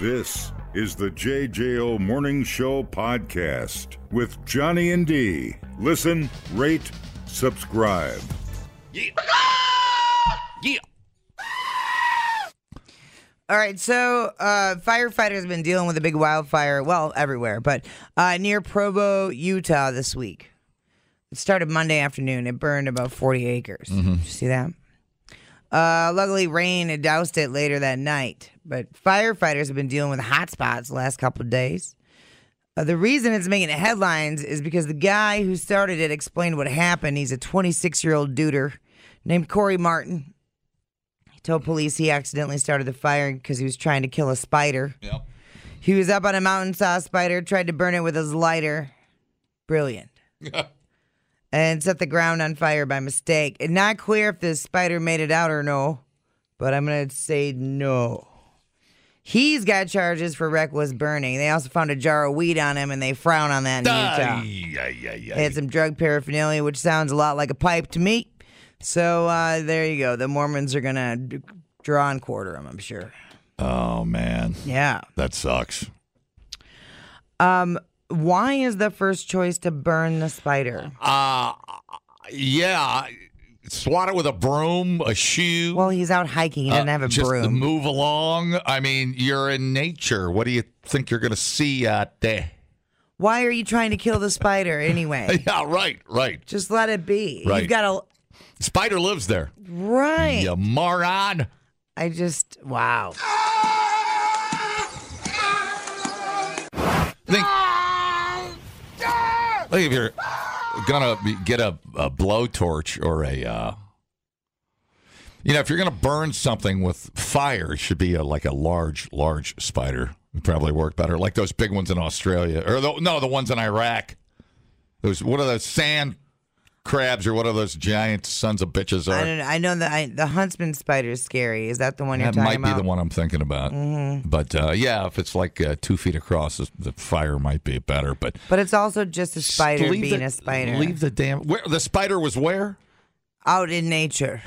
This is the JJO Morning Show podcast with Johnny and D. Listen, rate, subscribe. Yeah. All right, so uh, firefighters have been dealing with a big wildfire, well, everywhere, but uh, near Provo, Utah this week. It started Monday afternoon. It burned about 40 acres. Did you see that? Uh, luckily, rain had doused it later that night, but firefighters have been dealing with hot spots the last couple of days. Uh, the reason it's making headlines is because the guy who started it explained what happened. He's a 26 year old duder named Corey Martin told police he accidentally started the fire because he was trying to kill a spider. Yep. He was up on a mountain, saw a spider, tried to burn it with his lighter. Brilliant. and set the ground on fire by mistake. It's not clear if the spider made it out or no, but I'm going to say no. He's got charges for reckless burning. They also found a jar of weed on him, and they frown on that in Utah. Yeah, yeah, yeah. They had some drug paraphernalia, which sounds a lot like a pipe to me. So uh, there you go. The Mormons are gonna d- draw and quarter him. I'm sure. Oh man, Yeah. that sucks. Why is the first choice to burn the spider? Uh, Yeah, swat it with a broom, a shoe. Well, he's out hiking. He doesn't have a Uh, just broom. move along. I mean, you're in nature. What do you think you're gonna see out there? Why are you trying to kill the spider anyway? Yeah, right, right. Just let it be. Right. You've got to Spider lives there. right. You moron. I just wow. Think, think if you're gonna be, get a, a blowtorch or a, uh, you know, if you're gonna burn something with fire, it should be a, like a large, large spider. Would probably work better, like those big ones in Australia, or the, no, the ones in Iraq. Those what are those sand crabs, or what are those giant sons of bitches I are? don't know. I know that I, the huntsman spider is scary. Is that the one you're That might be talking about? Mm-hmm. the one I'm thinking about. But uh, yeah, if it's like uh, two feet across, the- the fire might be better. But But it's also just a spider Leave being the- a spider Leave the damn. Where the spider was where? out in nature.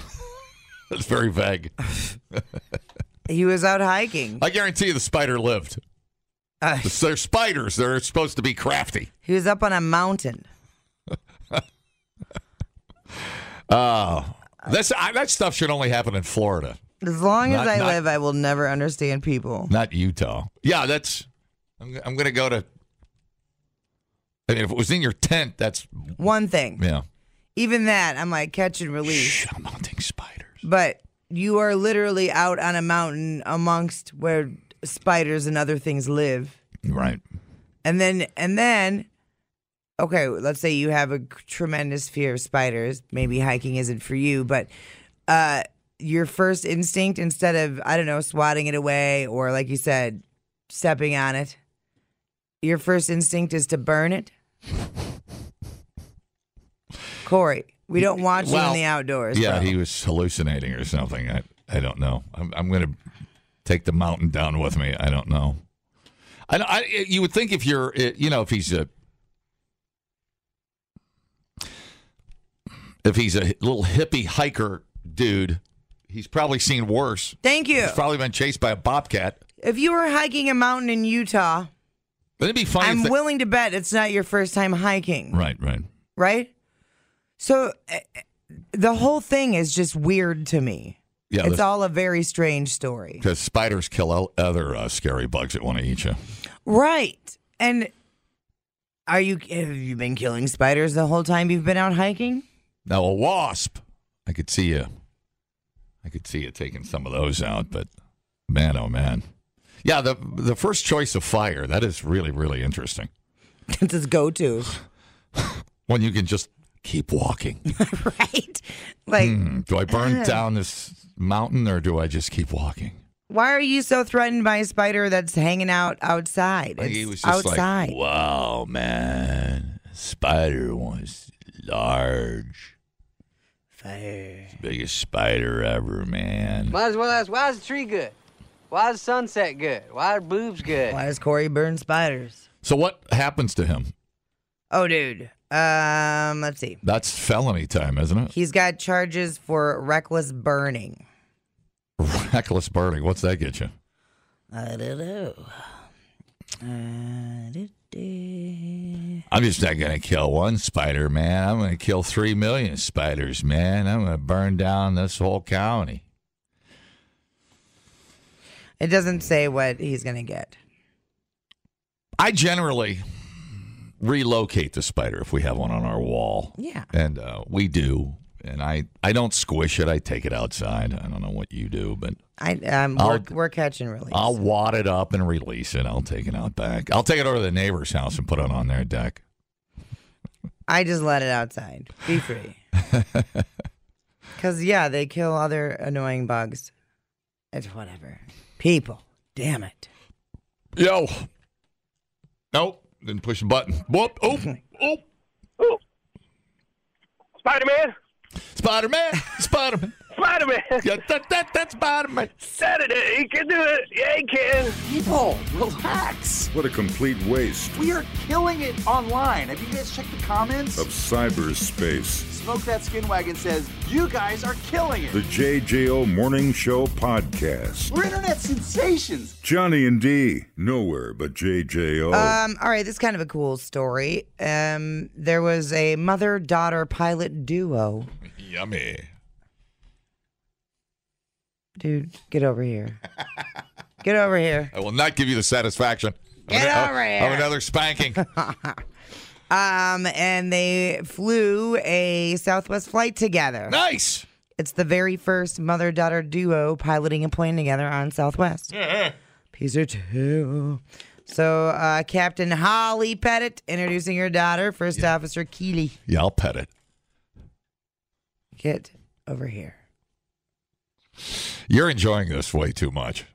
That's very vague. He was out hiking. I guarantee you, the spider lived. Uh, They're spiders. They're supposed to be crafty. He was up on a mountain. Oh, that's I, that stuff should only happen in Florida, As long Not- as I not- live, I will never understand people. not Utah. Yeah, that's. I'm, I'm going to go to. I mean, if it was in your tent, that's One thing, yeah. even that, I'm like catch and release. Shh, I'm hunting spiders. But you are literally out on a mountain amongst where spiders and other things live, Right. and then and then, okay, let's say you have a tremendous fear of spiders. Maybe hiking isn't for you, but uh, your first instinct, instead of I don't know, swatting it away or like you said, stepping on it, your first instinct is to burn it. Corey, we don't want you Well, in the outdoors. Yeah, bro. he was hallucinating or something. I I don't know. I'm, I'm going to take the mountain down with me. I don't know. I, I you would think if you're eh, you know if he's a if he's a little hippie hiker dude, he's probably seen worse. Thank you. He's probably been chased by a bobcat. If you were hiking a mountain in Utah, It'd be funny. I'm if they- willing to bet it's not your first time hiking. right, right. right? So uh, the whole thing is just weird to me. Yeah, it's all a very strange story. because spiders kill o- other uh, scary bugs that want to eat you. Right. And are you have you been killing spiders the whole time you've been out hiking? Now a wasp, I could see you. I could see you taking some of those out, but man, oh man, yeah. The the first choice of fire that is really really interesting. It's his go-to, When you can just keep walking. right? Like Hmm, do I burn down this mountain or do I just keep walking? why are you so threatened by a spider that's hanging out outside? Like, It's he was just outside. like, wow, man, spider was large, Fire. biggest spider ever, man. Might as well ask, why is the tree good? Why is sunset good? Why are boobs good? Why does Corey burn spiders? So what happens to him? Oh, dude. Um, let's see. That's felony time, isn't it? He's got charges for reckless burning. Reckless burning. What's that get you? I don't know. Uh, do, do. I'm just not going to kill one spider, man. I'm going to kill three million spiders, man. I'm going to burn down this whole county. It doesn't say what he's gonna get. I generally relocate the spider if we have one on our wall. Yeah. And uh, we do. And I, I don't squish it. I take it outside. I don't know what you do, but I um, I'll- we're, we're catching release. I'll wad it up and release it. I'll take it out back. I'll take it over to the neighbor's house and put it on their deck. I just let it outside. Be free. Cause yeah, they kill other annoying bugs. It's whatever. People. Damn it. Yo. Nope. Didn't push the button. Whoop. Oh. Oh. Spider Man? Spider Man. Spider Man. Spider Man! Yeah, that, that, that's Spider Man. Saturday, he can do it! Yeah, he can! People, relax. What a complete waste We are killing it online. Have you guys checked the comments? of cyberspace. Smoke That Skin Wagon says, You guys are killing The it. JJO Morning Show Podcast. We're internet sensations. Johnny and D, nowhere but JJO. Um, all right, this is kind of a cool story. Um, there was a mother daughter pilot duo. Yummy. Dude, get over here. Get over here. I will not give you the satisfaction. Get of an- over of- here. Of another spanking. Um, and they flew a Southwest flight together. nice. It's the very first mother daughter duo piloting a plane together on Southwest. Piece or two. So, uh, Captain Holly Pettit introducing her daughter, First Officer Keeley. Yeah, I'll pet it. Get over here. You're enjoying this way too much.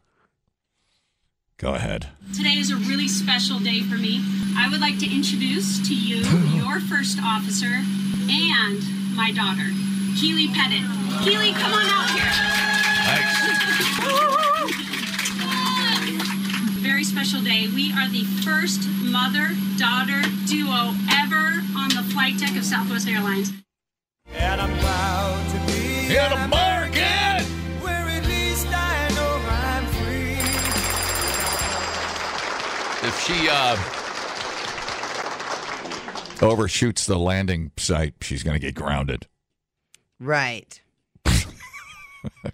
Go ahead. Today is a really special day for me. I would like to introduce to you your first officer and my daughter, Keely Pettit. Keely, come on out here. Thanks. Very special day. We are the first mother daughter duo ever on the flight deck of Southwest Airlines. And I'm proud to be Hit an a bargain. Amer- where at least I know I'm free. if she uh, overshoots the landing site, she's going to get grounded. Right.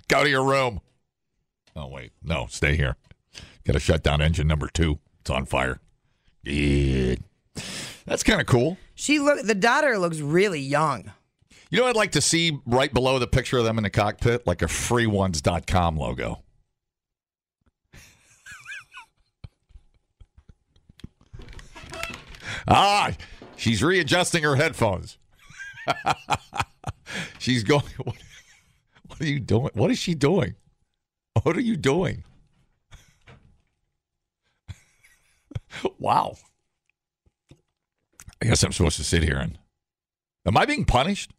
Go to your room. Oh wait, no, stay here. Got to shut down engine number two. It's on fire. Yeah. That's kind of cool. She look the daughter looks really young. You know, what I'd like to see right below the picture of them in the cockpit, like a freeones.com logo. ah, she's readjusting her headphones. she's going. What, what are you doing? What is she doing? What are you doing? wow. I guess I'm supposed to sit here and. Am I being punished?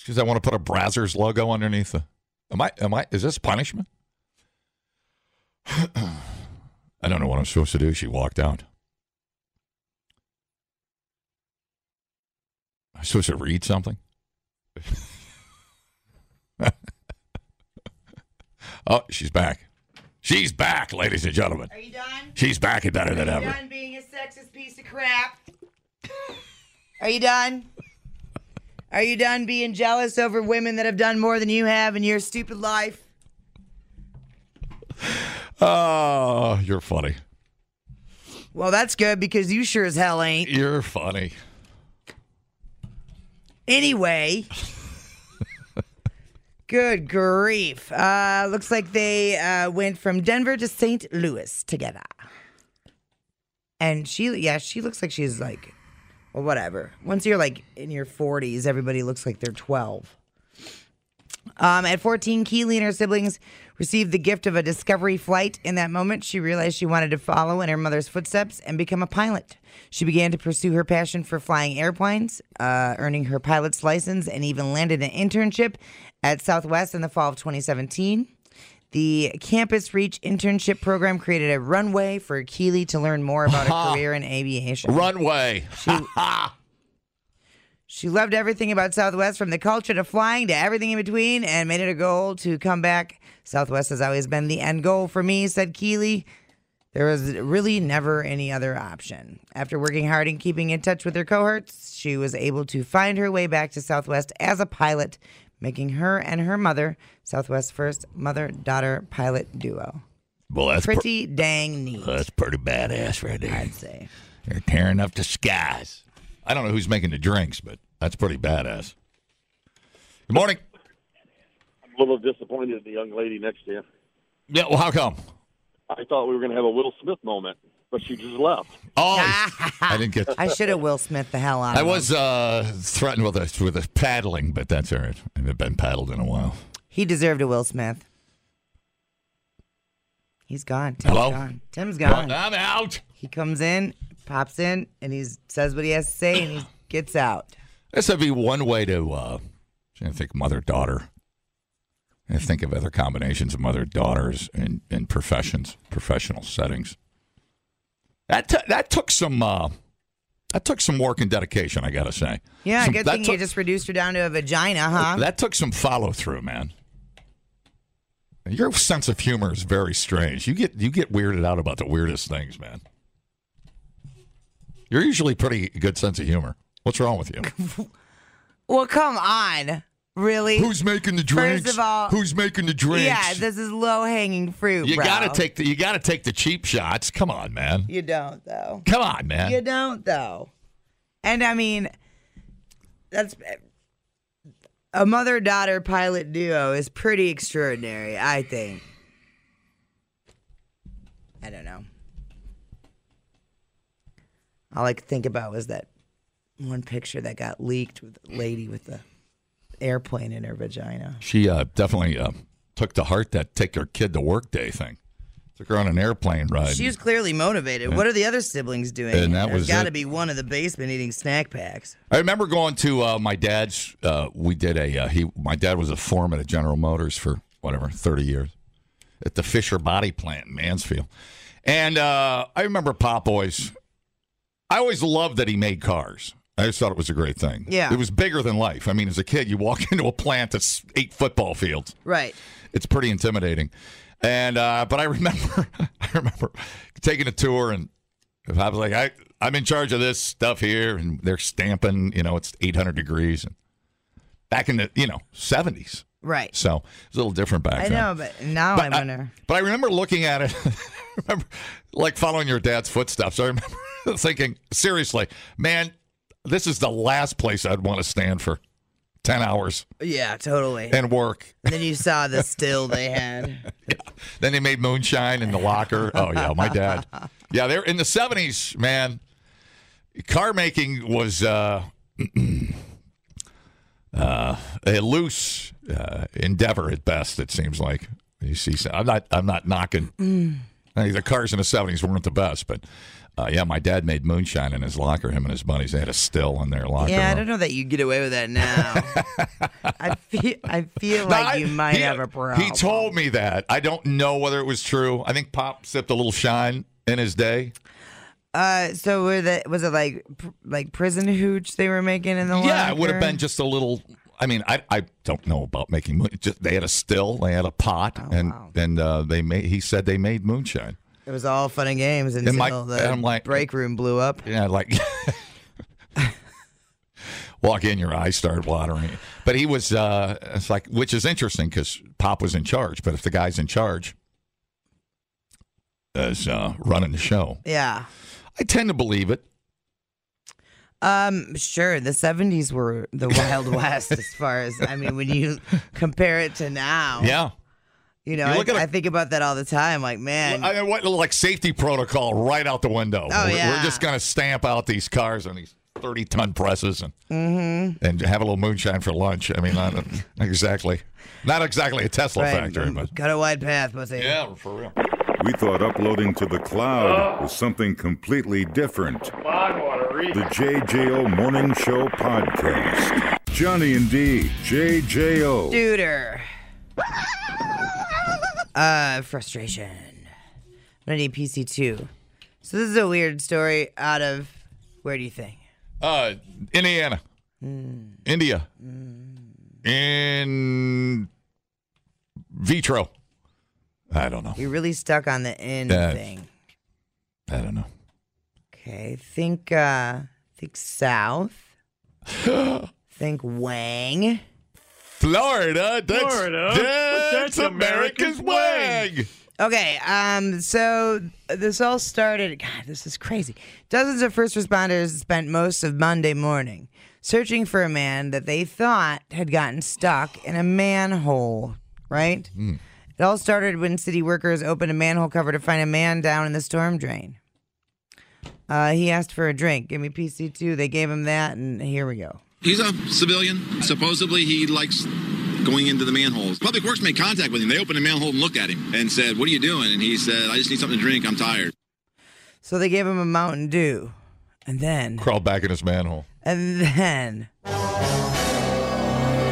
Because I want to put a Brazzers logo underneath the. Am I? Am I? Is this punishment? I don't know what I'm supposed to do. She walked out. I'm supposed to read something. oh, she's back. She's back, ladies and gentlemen. Are you done? She's back and better than ever. done being a sexist piece of crap? Are you done? Are you done being jealous over women that have done more than you have in your stupid life? Oh, you're funny. Well, that's good because you sure as hell ain't. You're funny. Anyway. Good grief. Uh, looks like they uh, went from Denver to St. Louis together. And she, yeah, she looks like she's like, well, whatever. Once you're like in your 40s, everybody looks like they're 12. Um, at 14, Keely and her siblings received the gift of a Discovery flight. In that moment, she realized she wanted to follow in her mother's footsteps and become a pilot. She began to pursue her passion for flying airplanes, uh, earning her pilot's license, and even landed an internship at Southwest in the fall of 2017. The Campus Reach internship program created a runway for Keely to learn more about her career in aviation. Runway. She, She loved everything about Southwest, from the culture to flying to everything in between, and made it a goal to come back. Southwest has always been the end goal for me, said Keeley. There was really never any other option. After working hard and keeping in touch with her cohorts, she was able to find her way back to Southwest as a pilot, making her and her mother Southwest's first mother daughter pilot duo. Well, that's pretty. Pretty dang neat, Oh, that's pretty badass right there. I'd say. They're tearing up the skies. I don't know who's making the drinks, but that's pretty badass. Good morning. I'm a little disappointed in the young lady next to you. Yeah, well, how come? I thought we were going to have a Will Smith moment, but she just left. Oh, I didn't get. I should have Will Smith the hell out I of him. was uh, threatened with a with a paddling, but that's all right. I haven't been paddled in a while. He deserved a Will Smith. He's gone. Tim's Hello? gone. Tim's gone. I'm out. He comes in, pops in, and he says what he has to say, and he gets out. This would be one way to. Uh, I think mother daughter. I think of other combinations of mother daughters and in professions, professional settings. That t- that took some. Uh, that took some work and dedication. I gotta say. Yeah, Some- good that thing took- you just reduced her down to a vagina, huh? That took some follow through, man. Your sense of humor is very strange. You get you get weirded out about the weirdest things, man. You're usually pretty good sense of humor. What's wrong with you? well, come on. Really? Who's making the drinks? of all- Who's making the drinks? yeah, this is low hanging fruit. you bro. gotta take the you gotta take the cheap shots. Come on, man. You don't, though. Come on, man. You don't, though. And I mean, that's a mother daughter pilot duo is pretty extraordinary, I think. I don't know. All I could think about was that one picture that got leaked with the lady with the airplane in her vagina. She uh, definitely uh, took to heart that take her kid to work day thing. Took her on an airplane ride. She was clearly motivated. What are the other siblings doing? And that There's was got to it. be one in the basement eating snack packs. I remember going to uh, my dad's. Uh, we did a uh, he. My dad was a foreman at General Motors for whatever thirty years at the Fisher Body Plant in Mansfield, and uh, I remember Pop Boys. I always loved that he made cars. I just thought it was a great thing. Yeah. it was bigger than life. I mean, as a kid, you walk into a plant that's eight football fields Right. it's pretty intimidating. And uh, but I remember, I remember taking a tour, and I was like, I I'm in charge of this stuff here, and they're stamping. You know, it's 800 degrees, and back in the you know 70s, Right. so it's a little different back I then. know, but now I wonder. but I remember looking at it, I remember like following your dad's footsteps. I remember thinking, seriously, man, this is the last place I'd want to stand for 10 hours yeah, totally. and work then you saw the still they had. Then they made moonshine in the locker. Oh yeah, my dad. Yeah, they're in the seventies, man. Car making was uh, uh, a loose uh, endeavor at best. It seems like you see. so- I'm not. I'm not knocking. Mm. I think The cars in the seventies weren't the best, but uh, yeah, my dad made moonshine in his locker. Him and his buddies they had a still in their locker. Yeah, I room. don't know that you get away with that now. I feel I feel No, like I- you might he- have a problem. He told me that. I don't know whether it was true. I think Pop sipped a little shine in his day. Uh, so were the was it like pr- like prison hooch they were making in the Yeah, it would have locker? been just a little. I mean, I, I don't know about making moon. Just, they had a still, they had a pot, Oh, and and uh, they made. He said they made moonshine. It was all fun and games until my- the and I'm like- break room blew up. Yeah, like walk in, your eyes start watering. But he was. Uh, it's like, which is interesting because Pop was in charge. But if the guy's in charge, is uh, running the show, Yeah. I tend to believe it. Um, sure. The seventies were the Wild West as far as I mean, when you compare it to now. Yeah. You know, You I, look at a- I think about that all the time. Like, man, I mean, what like safety protocol right out the window. Oh, we're, we're yeah. just gonna stamp out these cars on these thirty ton presses and Mm-hmm. and have a little moonshine for lunch. I mean, not not exactly, not exactly a Tesla factory, but got a wide path, pussy. yeah, for real. We thought uploading to the cloud was something completely different. The JJO Morning Show podcast. Johnny and D, JJO. Duder. Uh, frustration. I'm gonna need PC two. So this is a weird story out of where do you think? Uh, Indiana, Mm. India, in vitro. I don't know. You're really stuck on the end Yeah. thing. I don't know. Okay, think uh think south. think Wang. Florida, that's, Florida? that's, That's America's America's wag. Okay, um, so this all started. God, this is crazy. Dozens of first responders spent most of Monday morning searching for a man that they thought had gotten stuck in a manhole, right? It all started when city workers opened a manhole cover to find a man down in the storm drain. Uh, he asked for a drink. Give me PC2. They gave him that, and here we go. He's a civilian. Supposedly, he likes going into the manholes. Public Works made contact with him. They opened the manhole and looked at him and said, What are you doing? And he said, I just need something to drink. I'm tired. So they gave him a Mountain Dew. And then, Crawled back in his manhole. and then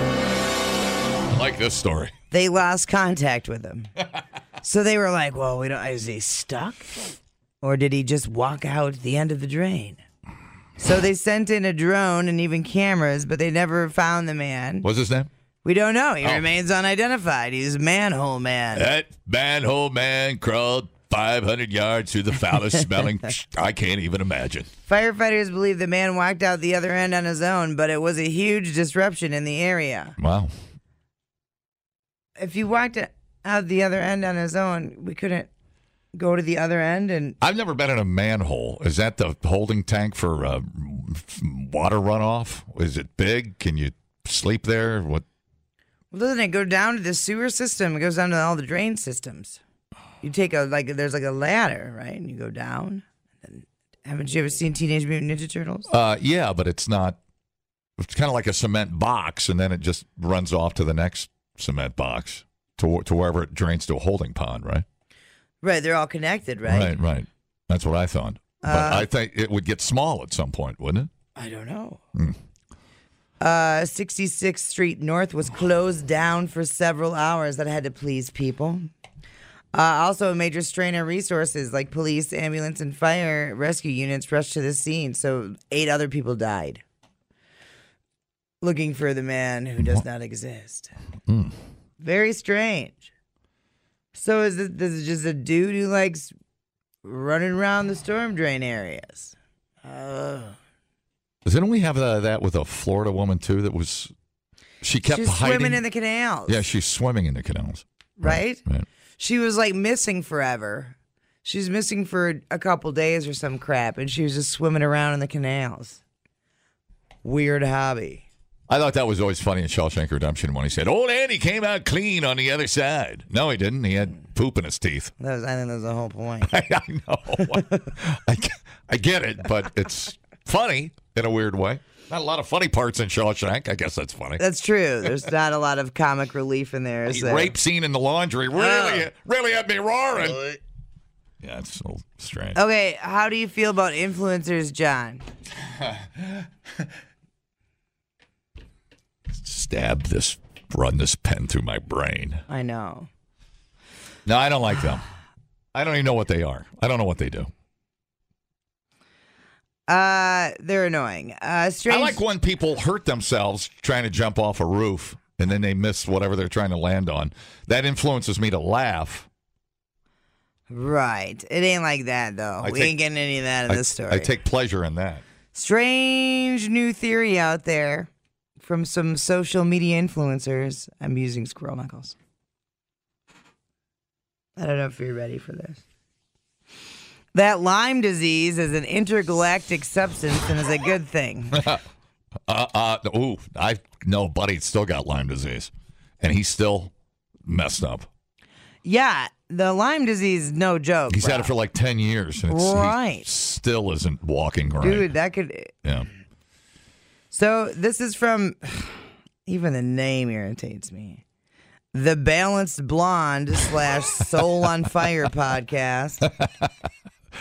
I like this story. they lost contact with him. so they were like, well, we don't, is he stuck? Or did he just walk out the end of the drain? So they sent in a drone and even cameras, but they never found the man. What's his name? We don't know. He Oh. remains unidentified. He's manhole man. That manhole man crawled 500 yards through the foulest smelling. I can't even imagine. Firefighters believe the man walked out the other end on his own, but it was a huge disruption in the area. Wow. If he walked out the other end on his own, we couldn't go to the other end and I've never been in a manhole. Is that the holding tank for uh, water runoff? Is it big? Can you sleep there? What? Well, doesn't it go down to the sewer system? It goes down to all the drain systems. You take a like, there's like a ladder, right? And you go down. And haven't you ever seen Teenage Mutant Ninja Turtles? Uh, yeah, but it's not. It's kind of like a cement box, and then it just runs off to the next cement box to to wherever it drains to a holding pond, right? Right, they're all connected, right? right. right. That's what I thought. But Uh, I think it would get small at some point, wouldn't it? I don't know. Uh, 66th Street North was closed down for several hours. That had to please people. Uh, also, a major strain on resources like police, ambulance, and fire rescue units rushed to the scene. So, eight other people died looking for the man who does not exist. Very strange. So, is this, this is just a dude who likes running around the storm drain areas? Didn't we have uh, that with a Florida woman too? That was she kept She's hiding. swimming in the canals. yeah, she's swimming in the canals. right? Right. She was like missing forever. She was missing for a couple days or some crap, and she was just swimming around in the canals. Weird hobby. I thought that was always funny in Shawshank Redemption when he said, "Old Andy came out clean on the other side." No, he didn't. He had poop in his teeth. That was, I think that was the whole point. I, I know. I, g- I get it, but it's funny in a weird way. Not a lot of funny parts in Shawshank. I guess that's funny. That's true. There's not a lot of comic relief in there. Is The there? rape scene in the laundry really, really had me roaring. Yeah, it's so strange. Okay, how do you feel about influencers, John? Stab this, run this pen through my brain. I know. No, I don't like them. I don't even know what they are. I don't know what they do. Uh, they're annoying. Uh, strange. I like when people hurt themselves trying to jump off a roof and then they miss whatever they're trying to land on. That influences me to laugh. right. It ain't like that though. I we take- ain't getting any of that in I, this story. I take pleasure in that. strange new theory out there from some social media influencers. I'm using squirrel knuckles. I don't know if you're ready for this. That Lyme disease is an intergalactic substance and is a good thing. Uh, uh, ooh, I know, buddy, still got Lyme disease, and he's still messed up. yeah, the Lyme disease, no joke. He's bro. had it for like ten years, and it's, he Right. still isn't walking right. dude. That could. Yeah, So this is from. Even the name irritates me. The Balanced Blonde slash Soul on Fire podcast.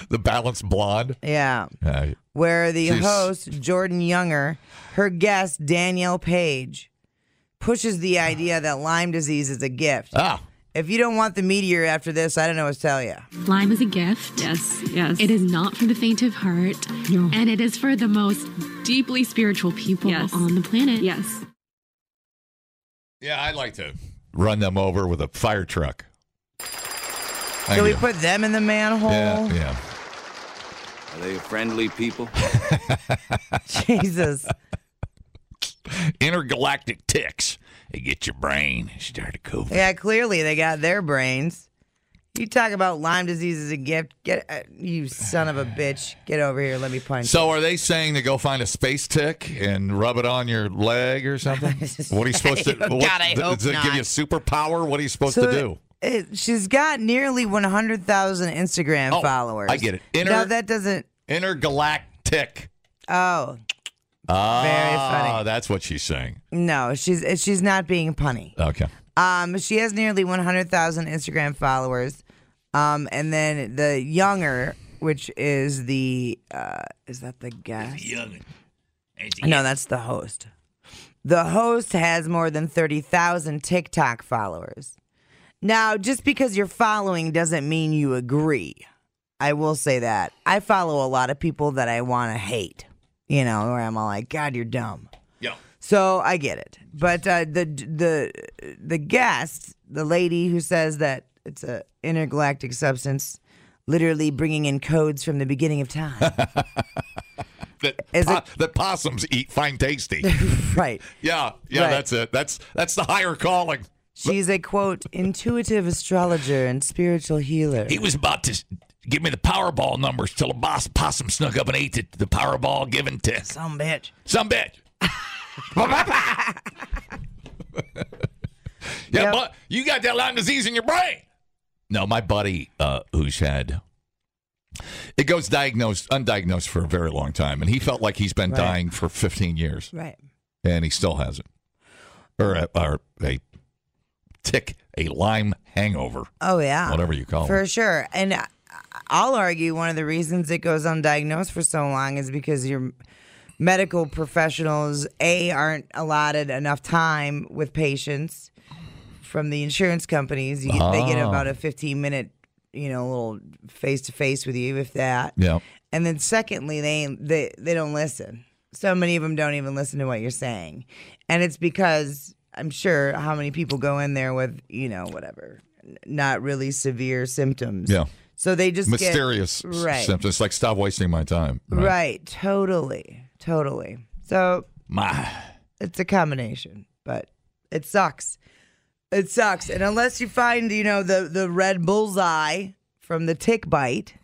the balanced blonde. Yeah. Uh, Where the She's- host, Jordan Younger, her guest, Danielle Page, pushes the idea that Lyme disease is a gift ah, If you don't want the meteor after this, I don't know what to tell you. Lime is a gift. Yes, yes. It is not for the faint of heart. No. And it is for the most deeply spiritual people Yes. on the planet. Yes. Yeah, I'd like to run them over with a fire truck. Thank Can we you. put them in the manhole? Yeah, yeah. Are they friendly people? Jesus. Intergalactic ticks. They get your brain. and Start to cool. Yeah, clearly they got their brains. You talk about Lyme disease as a gift. Get uh, you son of a bitch. Get over here. Let me punch. So are they saying to go find a space tick and rub it on your leg or something? What are you supposed to? Oh, God, what- I does hope it give not. you a superpower? What are you supposed So to do? it- she's got nearly 100,000 Instagram Oh, followers. I get it. Inter- no, that doesn't. Intergalactic. Oh Ah, funny. that's what she's saying. no, she's she's not being punny. Okay. Um, she has nearly 100,000 Instagram followers. Um, and then the younger, which is the uh, is that the guest? No, that's the host. The host has more than 30,000 TikTok followers. Now, just because you're following doesn't mean you agree. I will say that. I follow a lot of people that I want to hate, you know, where I'm all like, God, you're dumb. Yeah. So I get it, but uh, the the the guest, the lady who says that it's a intergalactic substance, literally bringing in codes from the beginning of time. That, Is po- that possums eat fine tasty. right. Yeah, yeah, Right. that's it. That's that's the higher calling. She's a quote intuitive astrologer and spiritual healer. He was about to give me the Powerball numbers till a boss possum snuck up and ate the, the Powerball given tick. Some bitch. Some bitch. yeah, but you got that Lyme disease in your brain. No, my buddy uh, who's had it goes diagnosed, undiagnosed for a very long time, and he felt like he's been Right. dying for 15 years, Right. and he still has it, or a, or a tick, a Lyme hangover. Oh yeah, Whatever you call for it. sure. And I- I'll argue one of the reasons it goes undiagnosed for so long is because your medical professionals a aren't allotted enough time with patients from the insurance companies. You, get They get Ah. about a fifteen minute, you know, little face to face with you, if that. Yeah. And then secondly, they they they don't listen. So many of them don't even listen to what you're saying, and it's because I'm sure how many people go in there with you know whatever, n- not really severe symptoms. Yeah. So they just get- Mysterious s- right, symptoms. Like, stop wasting my time. right, totally, totally. So My. it's a combination, but it sucks. It sucks, and unless you find you know the the red bullseye from the tick bite,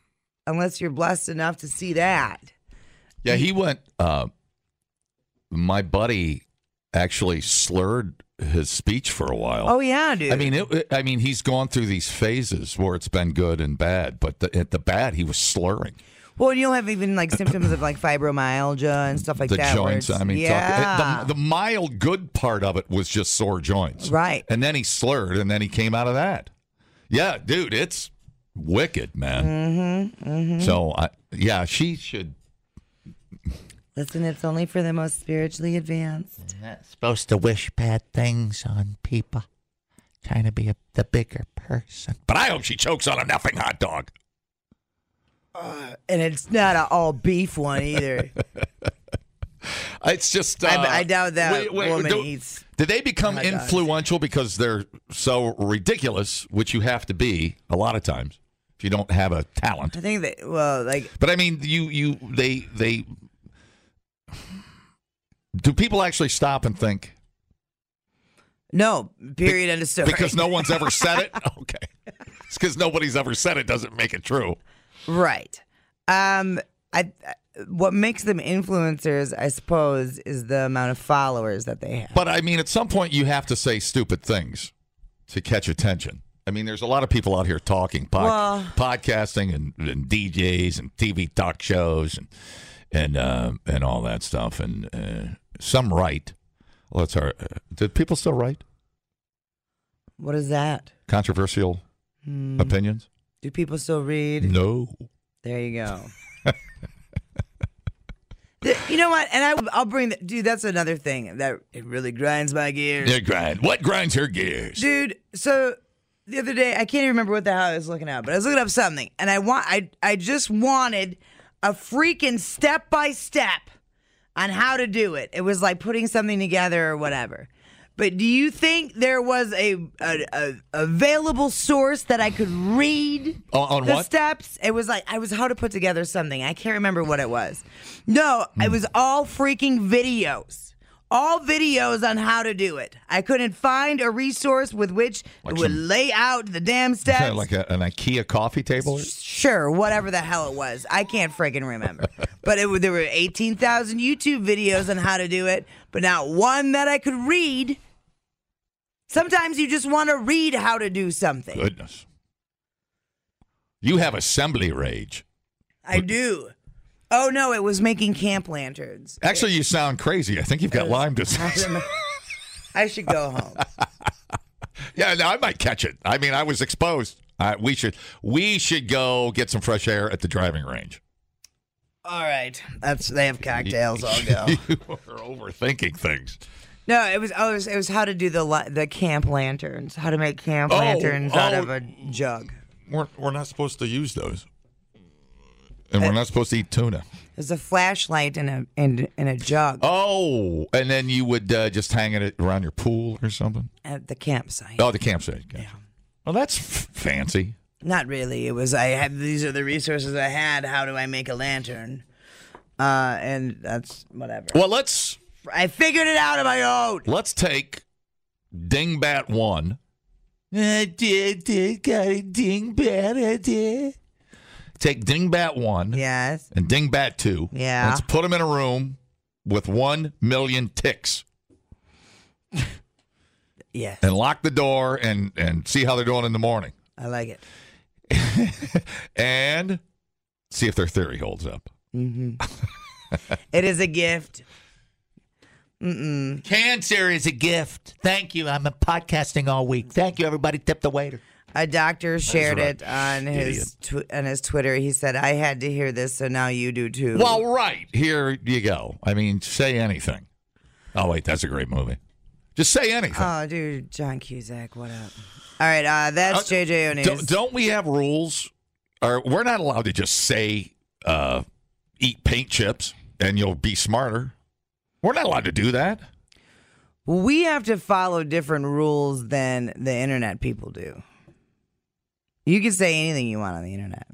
unless you're blessed enough to see that. Yeah, he went. Uh, my buddy actually slurred his speech for a while. Oh, yeah, dude. I mean, it, I mean, he's gone through these phases where it's been good and bad, but the, at the bad, he was slurring Well, and you'll have even like symptoms of like fibromyalgia and stuff like the that. where joints. it's- I mean, talk- eh, yeah, the, the mild good part of it was just sore joints, Right. And then he slurred, and then he came out of that. Yeah, dude, it's wicked, man. mm-hmm, mm-hmm. So, I, yeah, she should listen, it's only for the most spiritually advanced. supposed to wish bad things on people, trying to be a, the bigger person. But I hope she chokes on a nothing hot dog. And it's not an all beef one either. It's just. Uh, I, I doubt that wait, wait, woman do- eats. Did they become hot dogs. influential because they're so ridiculous, which you have to be a lot of times if you don't have a talent? I think that well, like But I mean, you you they they do people actually stop and think no. Period. End of story. because no one's ever said it? Okay, it's because nobody's ever said it doesn't make it true. Right. Um. I. What makes them influencers, I suppose, is the amount of followers that they have. But I mean, at some point, you have to say stupid things to catch attention. I mean, there's a lot of people out here talking, pod- Well- podcasting, and, and DJs, and TV talk shows, and and uh, and all that stuff. And uh, some write. Well, that's our. Uh, do people still write What is that? controversial Hmm. opinions? Do people still read? No. There you go. The- you know what? And I, I'll bring the dude. That's another thing that it really grinds my gears, It grind. What grinds her gears? dude. So the other day. I can't even remember what the hell I was looking at, but I was looking up something, and I want I I just wanted a freaking step by step on how to do it. It was like putting something together or whatever. But do you think there was a, a, a available source that I could read On- on the what? steps? It was like I was how to put together something. I can't remember what it was. No, it was all freaking videos. All videos on how to do it. I couldn't find a resource with which Like it would some- lay out the damn Is steps. that like a, an IKEA coffee table? sure, whatever the hell it was. I can't freaking remember. but it, wa- there were 18,000 YouTube videos on how to do it, but not one that I could read. Sometimes you just want to read how to do something. Goodness. You have assembly rage. I do. Oh no, it was making camp lanterns. Actually, you sound crazy. I think you've got Lyme disease. I should go home. yeah, no, I might catch it. I mean, I was exposed. Uh, we should we should go get some fresh air at the driving range. All right. That's they have cocktails. I'll go. you are overthinking things. No, it was oh, it was, it was how to do the li- the camp lanterns, how to make camp Oh, lanterns out oh. of a jug. We're we're not supposed to use those, and we're not supposed to eat tuna. There's a flashlight in a in in a jug Oh, and then you would uh, just hang it around your pool or something. at the campsite. Oh, the campsite. Gotcha. Yeah. Well, that's f- fancy. Not really. It was I had these are the resources I had. How do I make a lantern? Uh, and that's whatever. Well, let's I figured it out on my own. Let's take Dingbat One. I did, did, Uh, got a dingbat, I did. Take Dingbat One. Yes. And Dingbat Two. Yeah. Let's put them in a room with one million ticks Yeah, and lock the door and and see how they're doing in the morning I like it. and see if their theory holds up. hmm it is a gift. Mm-mm. Cancer is a gift. Thank you. I'm podcasting all week. Thank you, everybody. Tip the waiter. A doctor shared right. it on his tw- on his Twitter. He said, "I had to hear this, so now you do too." Well, right. Here you go. I mean, say anything. Oh, wait, that's a great movie. Just say anything. oh, dude, John Cusack, what up? All right, uh, that's Uh, JJ O'Neill. Don't, don't we have rules? Or we're not allowed to just say, uh, eat paint chips and you'll be smarter. We're not allowed to do that. We have to follow different rules than the internet people do. You can say anything you want on the internet.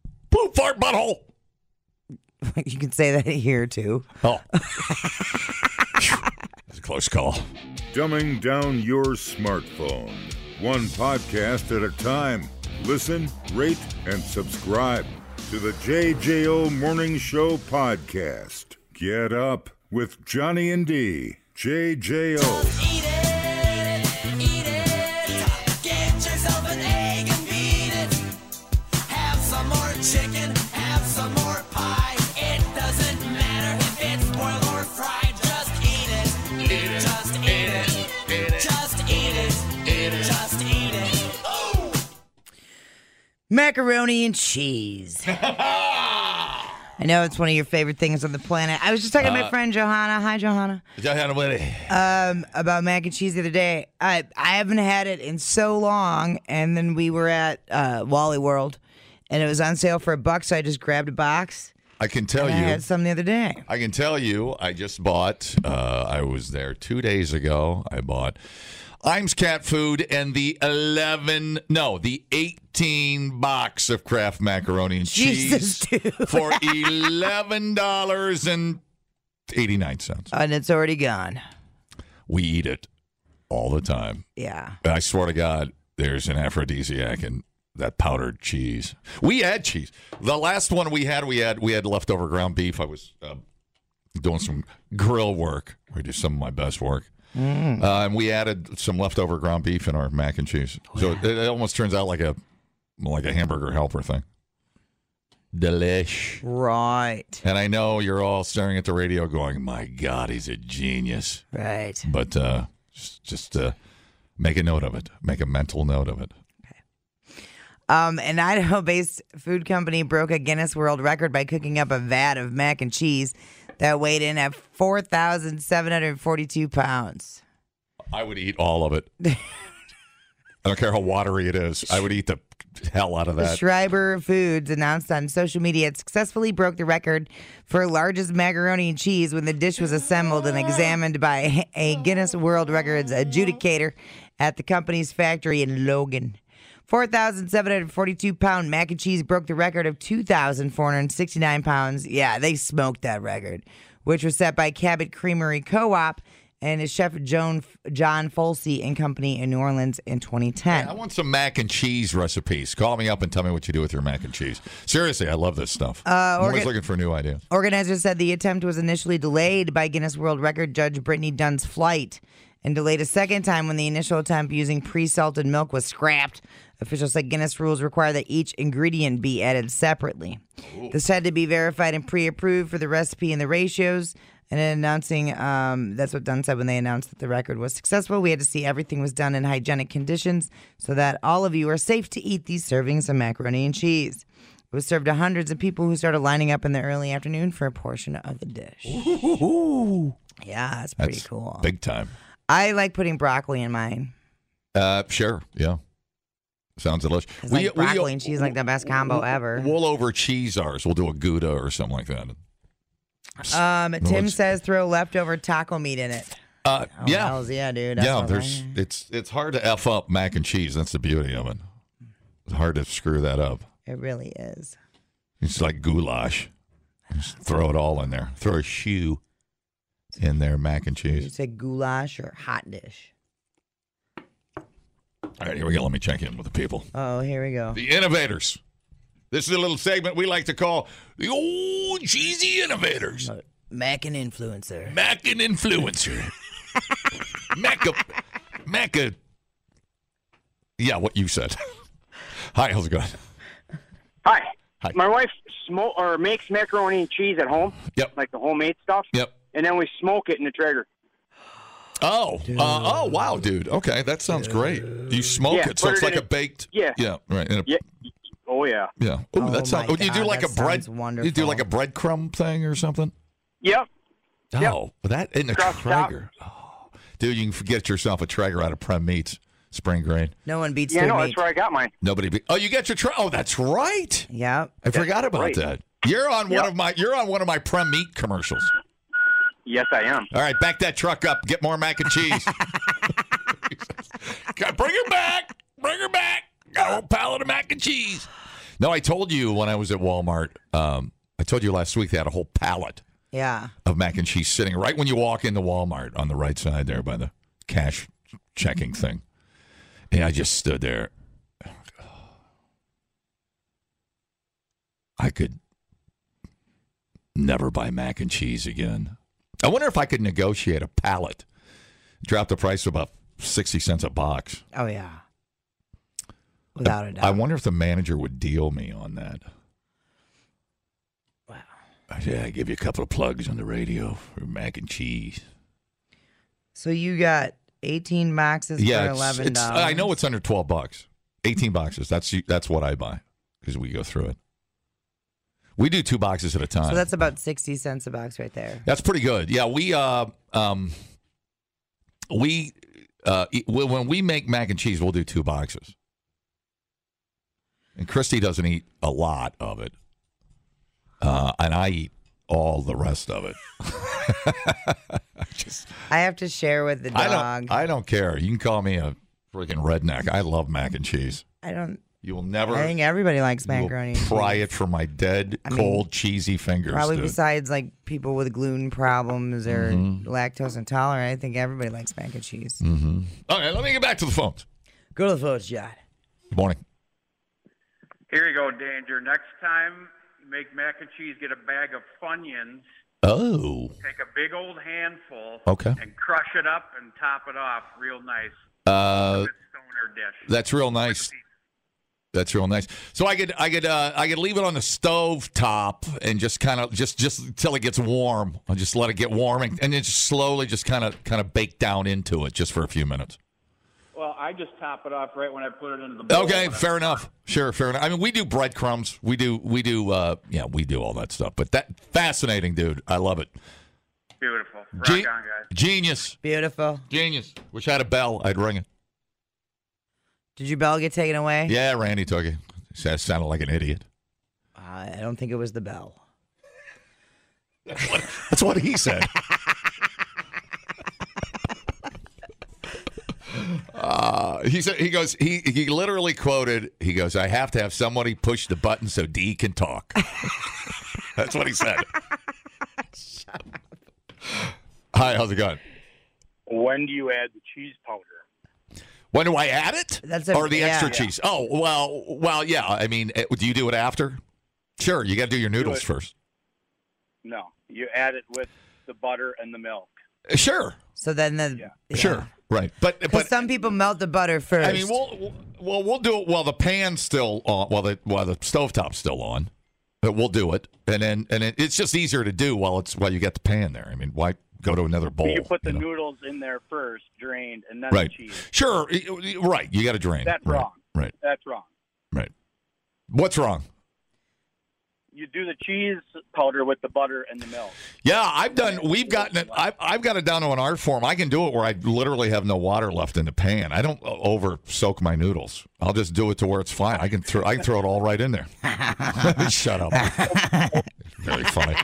Poop fart butthole. You can say that here too. Oh. It's a close call. Dumbing down your smartphone. One podcast at a time. Listen, rate, and subscribe to the JJO Morning Show podcast. Get up with Johnny and D. JJO. Get yourself an egg and beat it. Have some more chicken, have some more pie. It doesn't matter if it's boiled or fried. Just eat it. Eat it. Just eat it. Just eat it. Just eat it. Oh! Macaroni and cheese. I know it's one of your favorite things on the planet. I was just talking to my Uh, friend Johanna. Hi, Johanna. um, about mac and cheese the other day. I I haven't had it in so long, and then we were at uh, Wally World, and it was on sale for a buck, so I just grabbed a box. I can tell and Oh, you. I had some the other day. I can tell you, I just bought, uh, I was there two days ago. I bought Iams Cat Food and the 11, no, the 18 box of Kraft macaroni and Jesus, cheese for $11.89. And it's already gone. We eat it all the time. Yeah. And I swear to God, there's an aphrodisiac in that powdered cheese. We had cheese. The last one we had, we had we had leftover ground beef. I was uh, doing some grill work. We do some of my best work. Mm. Uh, and we added some leftover ground beef in our mac and cheese. So it, it almost turns out like a like a hamburger helper thing. Delish. Right. And I know you're all staring at the radio going, "My God, he's a genius!" Right. But uh, just, just uh, make a note of it. Make a mental note of it. Um, an Idaho based food company broke a Guinness World Record by cooking up a vat of mac and cheese that weighed in at 4,742 pounds. I would eat all of it. I don't care how watery it is. I would eat the hell out of that. Schreiber Foods announced on social media it successfully broke the record for largest macaroni and cheese when the dish was assembled and examined by a Guinness World Records adjudicator at the company's factory in Logan. 4,742 pound mac and cheese broke the record of 2,469 pounds. Yeah, they smoked that record, which was set by Cabot Creamery Co op and his chef Joan, John Folsey and Company in New Orleans in 2010. I want some mac and cheese recipes. Call me up and tell me what you do with your mac and cheese. Seriously, I love this stuff. Uh, I'm always organ- looking for new ideas. Organizers said the attempt was initially delayed by Guinness World Record Judge Brittany Dunn's flight and delayed a second time when the initial attempt using pre salted milk was scrapped. Officials said Guinness rules require that each ingredient be added separately. This had to be verified and pre approved for the recipe and the ratios. And in announcing, um, that's what Dunn said when they announced that the record was successful. We had to see everything was done in hygienic conditions so that all of you are safe to eat these servings of macaroni and cheese. It was served to hundreds of people who started lining up in the early afternoon for a portion of the dish. Yeah, it's pretty That's cool. Big time. I like putting broccoli in mine. Uh, sure. Yeah. Sounds delicious. 'Cause, like, broccoli and cheese, like, the best combo ever. We'll over cheese ours. We'll do a Gouda or something like that. Um, Tim it's- says throw leftover taco meat in it. Uh, Oh, yeah. hells yeah, dude. That's Yeah, what there's it's it's hard to f up mac and cheese. That's the beauty of it. It's hard to screw that up. It really is. It's like goulash. Just throw it all in there. Throw a shoe in there, mac and You cheese. say goulash or hot dish. All right, here we go. Let me check in with the people. Oh, here we go. The innovators. This is a little segment we like to call the old cheesy innovators. Mac and influencer. Mac and influencer. Mac a, Mac a. Yeah, what you said. Hi, how's it going? Hi. Hi. My wife smoke or makes macaroni and cheese at home. Yep. Like the homemade stuff. Yep. And then we smoke it in the Traeger. Oh, uh, oh, wow, dude. Okay, that sounds great. You smoke Yeah, it, so put it's it like in a a- baked. yeah. yeah, right. in a- Yeah. Oh yeah. yeah. Ooh, Oh that sounds. my oh, you do God, like a that bread. sounds You do like wonderful. a breadcrumb thing or something. Yep. Oh, but that in a Cross top. Traeger. Oh, dude, you can get yourself a Traeger out of Prem Meats, spring grain. No one beats Yeah, their no, meat. that's where I got mine. Nobody. Be- oh, you got your Traeger. Oh, that's right. Yeah. I forgot about right. that. You're on one Yep. of my. You're on one of my Prem Meat commercials. Yes, I am. All right, back that truck up. Get more mac and cheese. God, Bring her back. Bring her back. Got a whole pallet of mac and cheese. No, I told you when I was at Walmart. Um, I told you last week they had a whole pallet Yeah. of mac and cheese sitting right when you walk into Walmart on the right side there by the cash checking thing. And I just stood there. I could never buy mac and cheese again. I wonder if I could negotiate a pallet, drop the price to about 60 cents a box. Oh yeah. Without a doubt. I wonder if the manager would deal me on that. Wow. Yeah, I give you a couple of plugs on the radio for mac and cheese. So you got 18 boxes for it's- eleven it's- dollars. I know it's under twelve bucks, eighteen boxes. That's that's what I buy because we go through it. We do two boxes at a time. So that's about 60 cents a box right there. That's pretty good. Yeah, we uh um we uh e- well, when we make mac and cheese, we'll do two boxes. And Christy doesn't eat a lot of it. Uh and I eat all the rest of it. I have to share with the dog. I don't I don't care. You can call me a freaking redneck. I love mac and cheese. I don't. You will never I think everybody likes you will macaroni. and Pry cheese. it from my dead, I mean, cold, cheesy fingers. Probably dude. besides like people with gluten problems or Mhm. lactose intolerant. I think everybody likes mac and cheese. Mhm. All right, let me get back to the phones. Go to the phone shot. Good morning. Here you go, Danger. Next time you make mac and cheese, get a bag of Funyuns. Oh. Take a big old handful. Okay. And crush it up and top it off real nice. Uh, Stoner dish. that's real nice. That's real nice. So I could I could uh, I could leave it on the stove top and just kind of just just until it gets warm. I'll just let it get warm and, and then just slowly just kind of kind of bake down into it just for a few minutes. Well, I just top it off right when I put it into the bowl. Okay, fair enough. Sure, fair enough. I mean, we do breadcrumbs. We do we do uh yeah, we do all that stuff. But that fascinating, dude. I love it. Beautiful. Rock Ge- on, guys. Genius. Beautiful. Genius. Wish I had a bell. I'd ring it. Did your bell get taken away? Yeah, Randy took it. That sounded like an idiot. Uh, I don't think it was the bell. That's what he said. Uh, he said he goes he he literally quoted he goes I have to have somebody push the button so D can talk. That's what he said. Hi, how's it going? When do you add the cheese powder? When do I add it? That's a- or the yeah. extra Yeah. cheese? Oh well, well yeah. I mean, eh, do you do it after? Sure, you got to do your noodles it. first. No, you add it with the butter and the milk. Eh, Sure, So then the sure, right. But Because some people melt the butter first. I mean, we'll well we'll do it while the pan's still on, while the while the stovetop's still on. But we'll do it, and then and it, it's just easier to do while it's while you got the pan there. I mean, why go to another bowl? you put the Oh, you know? noodles in there first, drained, and then right, the cheese. sure, y- y- right. You got to drain. it. That's right. wrong. Right. That's wrong. What's wrong? You do the cheese powder with the butter and the milk. Yeah, I've done. We've gotten it. I've, I've got it down to an art form. I can do it where I literally have no water left in the pan. I don't uh, over soak my noodles. I'll just do it to where it's fine. I can throw. I can throw it all right in there. Shut up. Very funny.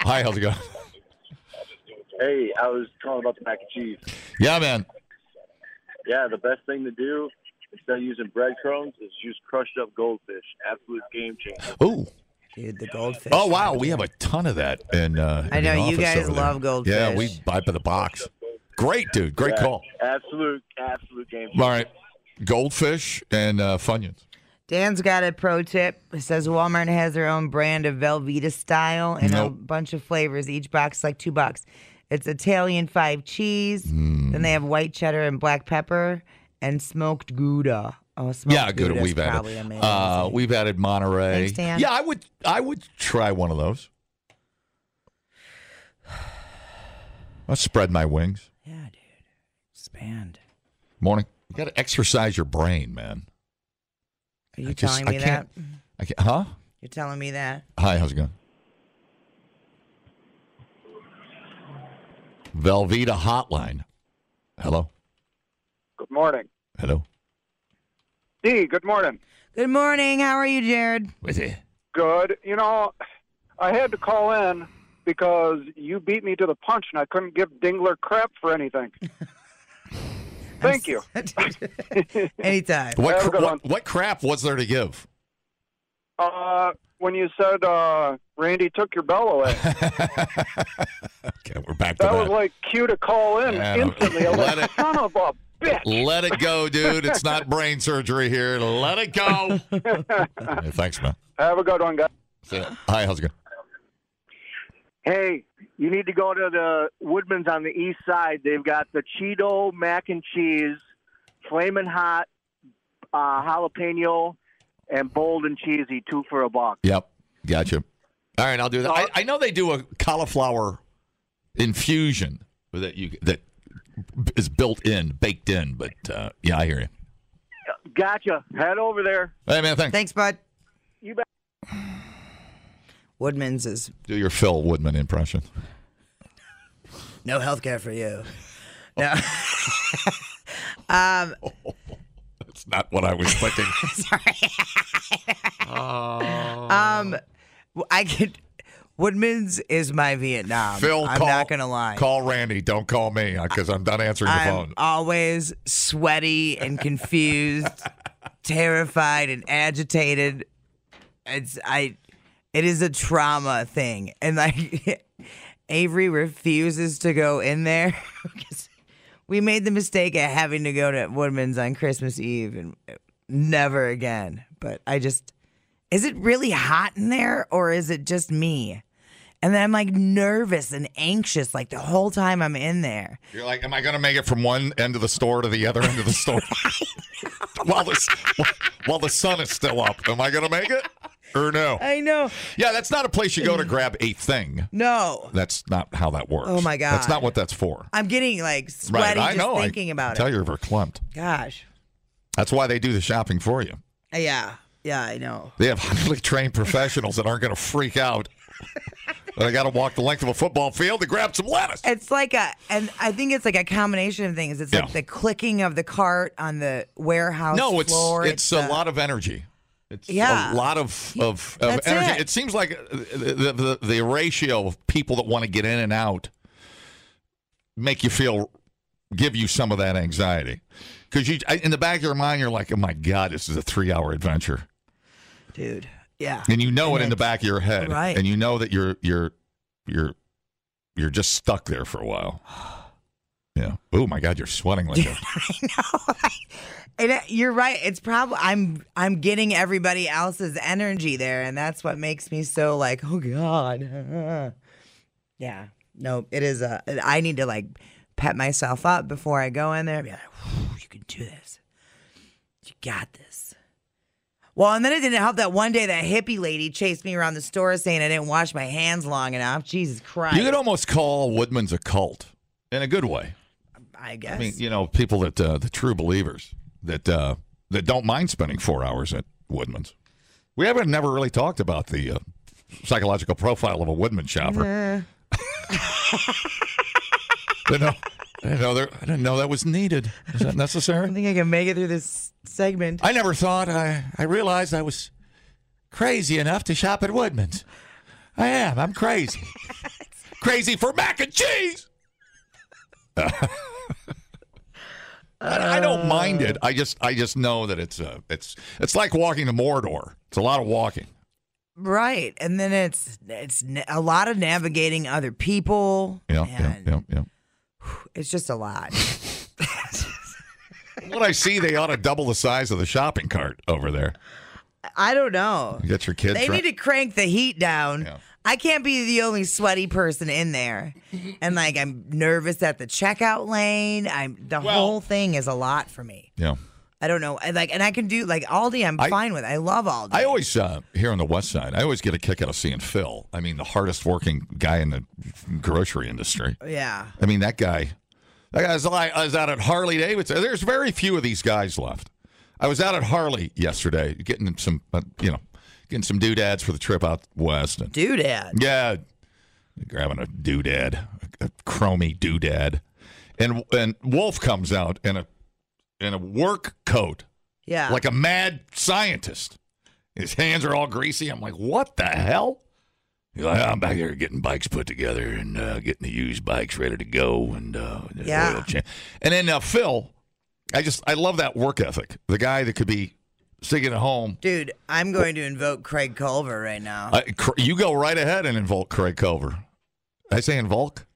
Hi, how's it going? Hey, I was calling about the mac and cheese. Yeah, man. Yeah, the best thing to do instead of using breadcrumbs is use crushed up goldfish. Absolute game changer. Ooh. Dude, the goldfish. Oh wow, we have a ton of that. And uh, I in know, the you office guys over there. love goldfish. Yeah, we buy by the box. Great, dude. Great Yeah, call. Absolute, absolute game changer. All right, goldfish and uh, funyuns. Dan's got a pro tip. It says Walmart has their own brand of Velveeta style and a Nope. bunch of flavors. Each box is like two bucks. It's Italian five cheese. Mm. Then they have white cheddar and black pepper and smoked gouda. Oh, smoked yeah, good. Gouda's We've probably added. amazing. Uh, we've added Monterey. Thanks, Dan. Yeah, I would. I would try one of those. I'll spread my wings. yeah, dude. Expand. Morning. You got to exercise your brain, man. Are you I just- telling I me that? can't- I can't, huh? You're telling me that? Hi, how's it going? Velveeta Hotline. Hello. Good morning. Hello. D, good morning. Good morning. How are you, Jared? With it. Good. You know, I had to call in because you beat me to the punch and I couldn't give Dingler crap for anything. Thank you. Anytime. What, Have a cr- good one. what, what crap was there to give? Uh, when you said uh, Randy took your bell away, Okay, we're back to that that. was like cue to call in Yeah, I don't- instantly. I was Let like, son of a bitch. Let it go, dude. It's not brain surgery here. Let it go. Hey, thanks, man. Have a good one, guys. See ya. Hi, how's it going? Hey, you need to go to the Woodman's on the east side. They've got the Cheeto mac and cheese, flaming hot, uh, jalapeno, and bold and cheesy, two for a buck. Yep. Gotcha. All right, I'll do that. I, I know they do a cauliflower infusion that you that is built in, baked in, but uh, yeah, I hear you. Gotcha. Head over there. Hey, man, thanks. Thanks, bud. You bet. Woodman's is Do your Phil Woodman impression. No health care for you. No. um, That's not what I was thinking. um, w- I could. Woodman's is my Vietnam. Phil, I'm call, not gonna lie. Call Randy. Don't call me because I'm done answering the I'm phone. always sweaty and confused, terrified and agitated. It's I. It is a trauma thing, and like Avery refuses to go in there. 'Cause we made the mistake of having to go to Woodman's on Christmas Eve, and never again. But I just. Is it really hot in there or is it just me? And then I'm like nervous and anxious like the whole time I'm in there. You're like, am I going to make it from one end of the store to the other end of the store while the s- wh- while the sun is still up? Am I going to make it or no? I know. Yeah, that's not a place you go to grab a thing. No. That's not how that works. Oh, my that's God. not what that's for. I'm getting like Right? sweaty I just know. I thinking about tell it. you, you're clumped. Gosh. That's why they do the shopping for you. Yeah. Yeah, I know. They have highly trained professionals that aren't going to freak out And I got to walk the length of a football field to grab some lettuce. It's like a, and I think it's like a combination of things. It's like the clicking of the cart on the warehouse. No, it's floor. it's, a lot of energy. It's Yeah. a lot of of, of That's energy. it. seems like uh, the, the the ratio of people that want to get in and out make you feel give you some of that anxiety because you in the back of your mind you're like, oh my god, this is a three hour adventure, dude. Yeah. and you know it in the back of your head, Right. And you know that you're you're you're you're just stuck there for a while. Yeah. Oh my god, you're sweating like a And it- you're right. It's probably I'm I'm getting everybody else's energy there, and that's what makes me so like, oh god, yeah. No, it is a. I need to like pep myself up before I go in there. and Be like, "Whew, you can do this. You got this. Well, and then it didn't help that one day that hippie lady chased me around the store saying I didn't wash my hands long enough. Jesus Christ. You could almost call Woodman's a cult in a good way. I guess. I mean, you know, people that uh, the true believers that uh, that don't mind spending four hours at Woodman's. We haven't never really talked about the uh, psychological profile of a Woodman shopper. Didn't know, I didn't know there. I didn't know that was needed. Is that necessary? I think I can make it through this segment. I never thought I. I realized I was crazy enough to shop at Woodman's. I am. I'm crazy. crazy for mac and cheese. I, I don't mind it. I just I just know that it's uh it's it's like walking to Mordor. It's a lot of walking. Right, and then it's it's na- a lot of navigating other people. Yeah, yeah, yeah, It's just a lot. yeah. What I see, they ought to double the size of the shopping cart over there. I don't know. Get your kids. They right- need to crank the heat down. I can't be the only sweaty person in there, and like I'm nervous at the checkout lane. I'm the whole thing is a lot for me. yeah. I don't know. I like, and I can do like Aldi. I'm fine with. I love Aldi. I always uh, here on the West Side. I always get a kick out of seeing Phil. I mean, the hardest working guy in the grocery industry. yeah. I mean, that guy. That guy was, li- I was out at Harley Davidson. There's very few of these guys left. I was out at Harley yesterday, getting some, uh, you know, getting some doodads for the trip out west. And, doodad. Yeah, grabbing a doodad, a chromy doodad, and and Wolf comes out in a in a work coat. Yeah. like a mad scientist. His hands are all greasy. I'm like, what the hell? He's like, I'm back here getting bikes put together and uh, getting the used bikes ready to go. And uh, the Yeah. oil change. And then uh, Phil, I just I love that work ethic. The guy that could be sitting at home. Dude, I'm going to invoke Craig Culver right now. Uh, Cr- you go right ahead and invoke Craig Culver. I say invoke,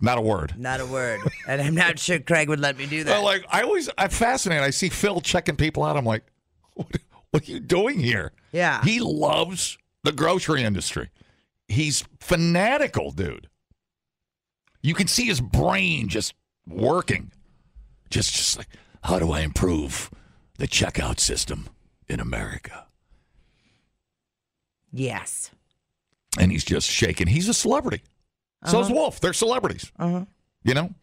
not a word. Not a word, and I'm not sure Craig would let me do that. Well, like I always, I'm fascinated. I see Phil checking people out. I'm like, what, what are you doing here? Yeah. he loves the grocery industry. He's fanatical, dude. You can see his brain just working, just just like, how do I improve the checkout system in America? Yes. And he's just shaking. He's a celebrity. So's Uh-huh. Wolf. They're celebrities. Uh-huh. You know.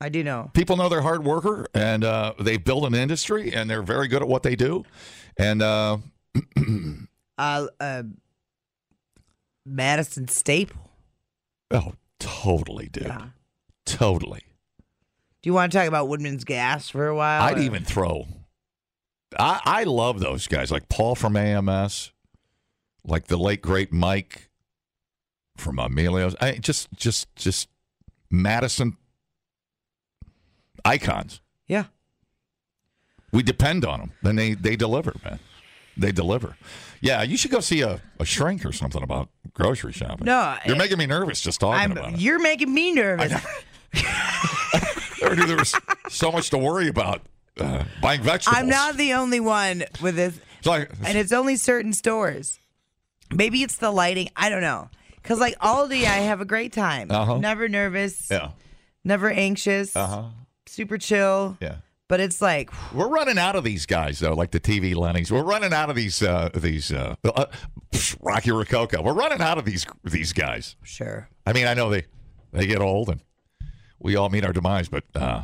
I do know. people know they're hard worker and uh, they build an industry and they're very good at what they do. And uh, Uh, uh, Madison Staple. oh, totally, dude, totally. Do you want to talk about Woodman's Gas for a while? I'd or- even throw. I I love those guys like Paul from AMS, like the late great Mike from Emilio's. I just just just Madison icons. Yeah. We depend on them. Then they they deliver, man. They deliver. Yeah, you should go see a, a shrink or something about grocery shopping. No, you're it- making me nervous just talking I'm- about it. You're making me nervous. I knew there was so much to worry about uh, buying vegetables. I'm not the only one with this, It's like and it's only certain stores. Maybe it's the lighting. I don't know. Cause like Aldi, I have a great time. Uh-huh. Never nervous. yeah, Never anxious. uh huh, Super chill. yeah. But it's like We're running out of these guys though, like the TV Lennings. We're running out of these uh, these uh, uh, psh, Rocky Rococo. We're running out of these these guys. Sure. I mean, I know they they get old and we all meet our demise, but uh,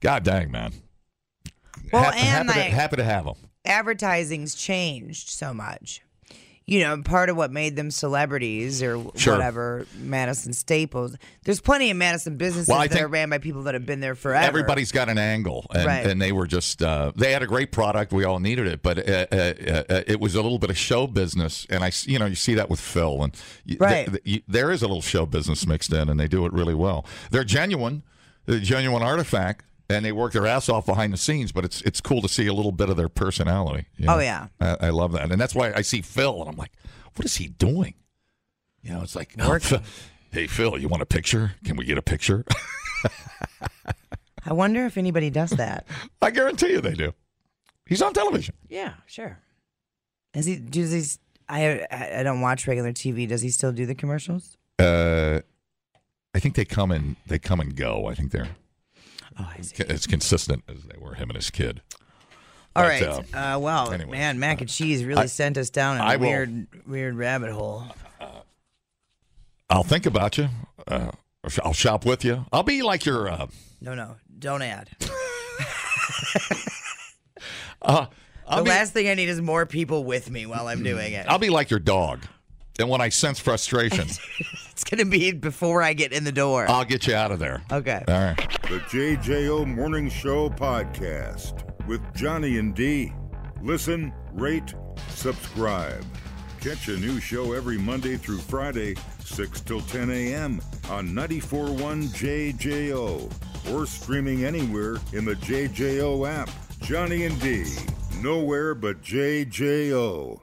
God dang man. Well, Hap- and happy, like- to, happy to have them. advertising's changed so much. you know, part of what made them celebrities or Sure. whatever, Madison staples. There's plenty of Madison businesses Well, I that think are ran by people that have been there forever. Everybody's got an angle, and, Right. and they were just uh, they had a great product. We all needed it, but uh, uh, uh, it was a little bit of show business, and I s- you know you see that with Phil, and you, Right. th- th- you- there is a little show business mixed in, and they do it really well. They're genuine, they're a genuine artifact, and they work their ass off behind the scenes. But it's it's cool to see a little bit of their personality. you Oh, know? yeah. I, I love that, and that's why I see Phil, and I'm like, what is he doing? You know, it's like, oh, Phil- hey Phil, you want a picture? Can we get a picture? I wonder if anybody does that. I guarantee you they do. He's on television. yeah, sure. Is he? Does he? s- I I I don't watch regular TV. Does he still do the commercials? Uh, I think they come and they come and go. I think they're as consistent as they were him and his kid. All But, right. uh, uh, well, anyways, man, mac and cheese really I- sent us down a I will- weird, weird rabbit hole. I'll think about you. Uh, I'll shop with you. I'll be like your. Uh, No, no, don't add. uh, I'll the be, Mm. last thing I need is more people with me while I'm doing it. I'll be like your dog. And when I sense frustration, It's gonna be before I get in the door. I'll get you out of there. Okay. All right. The JJO Morning Show podcast with Johnny and D. Listen, rate, subscribe. Catch a new show every Monday through Friday, 6 till 10 a.m. on 94.1 JJO or streaming anywhere in the JJO app. Johnny and D. Nowhere but JJO.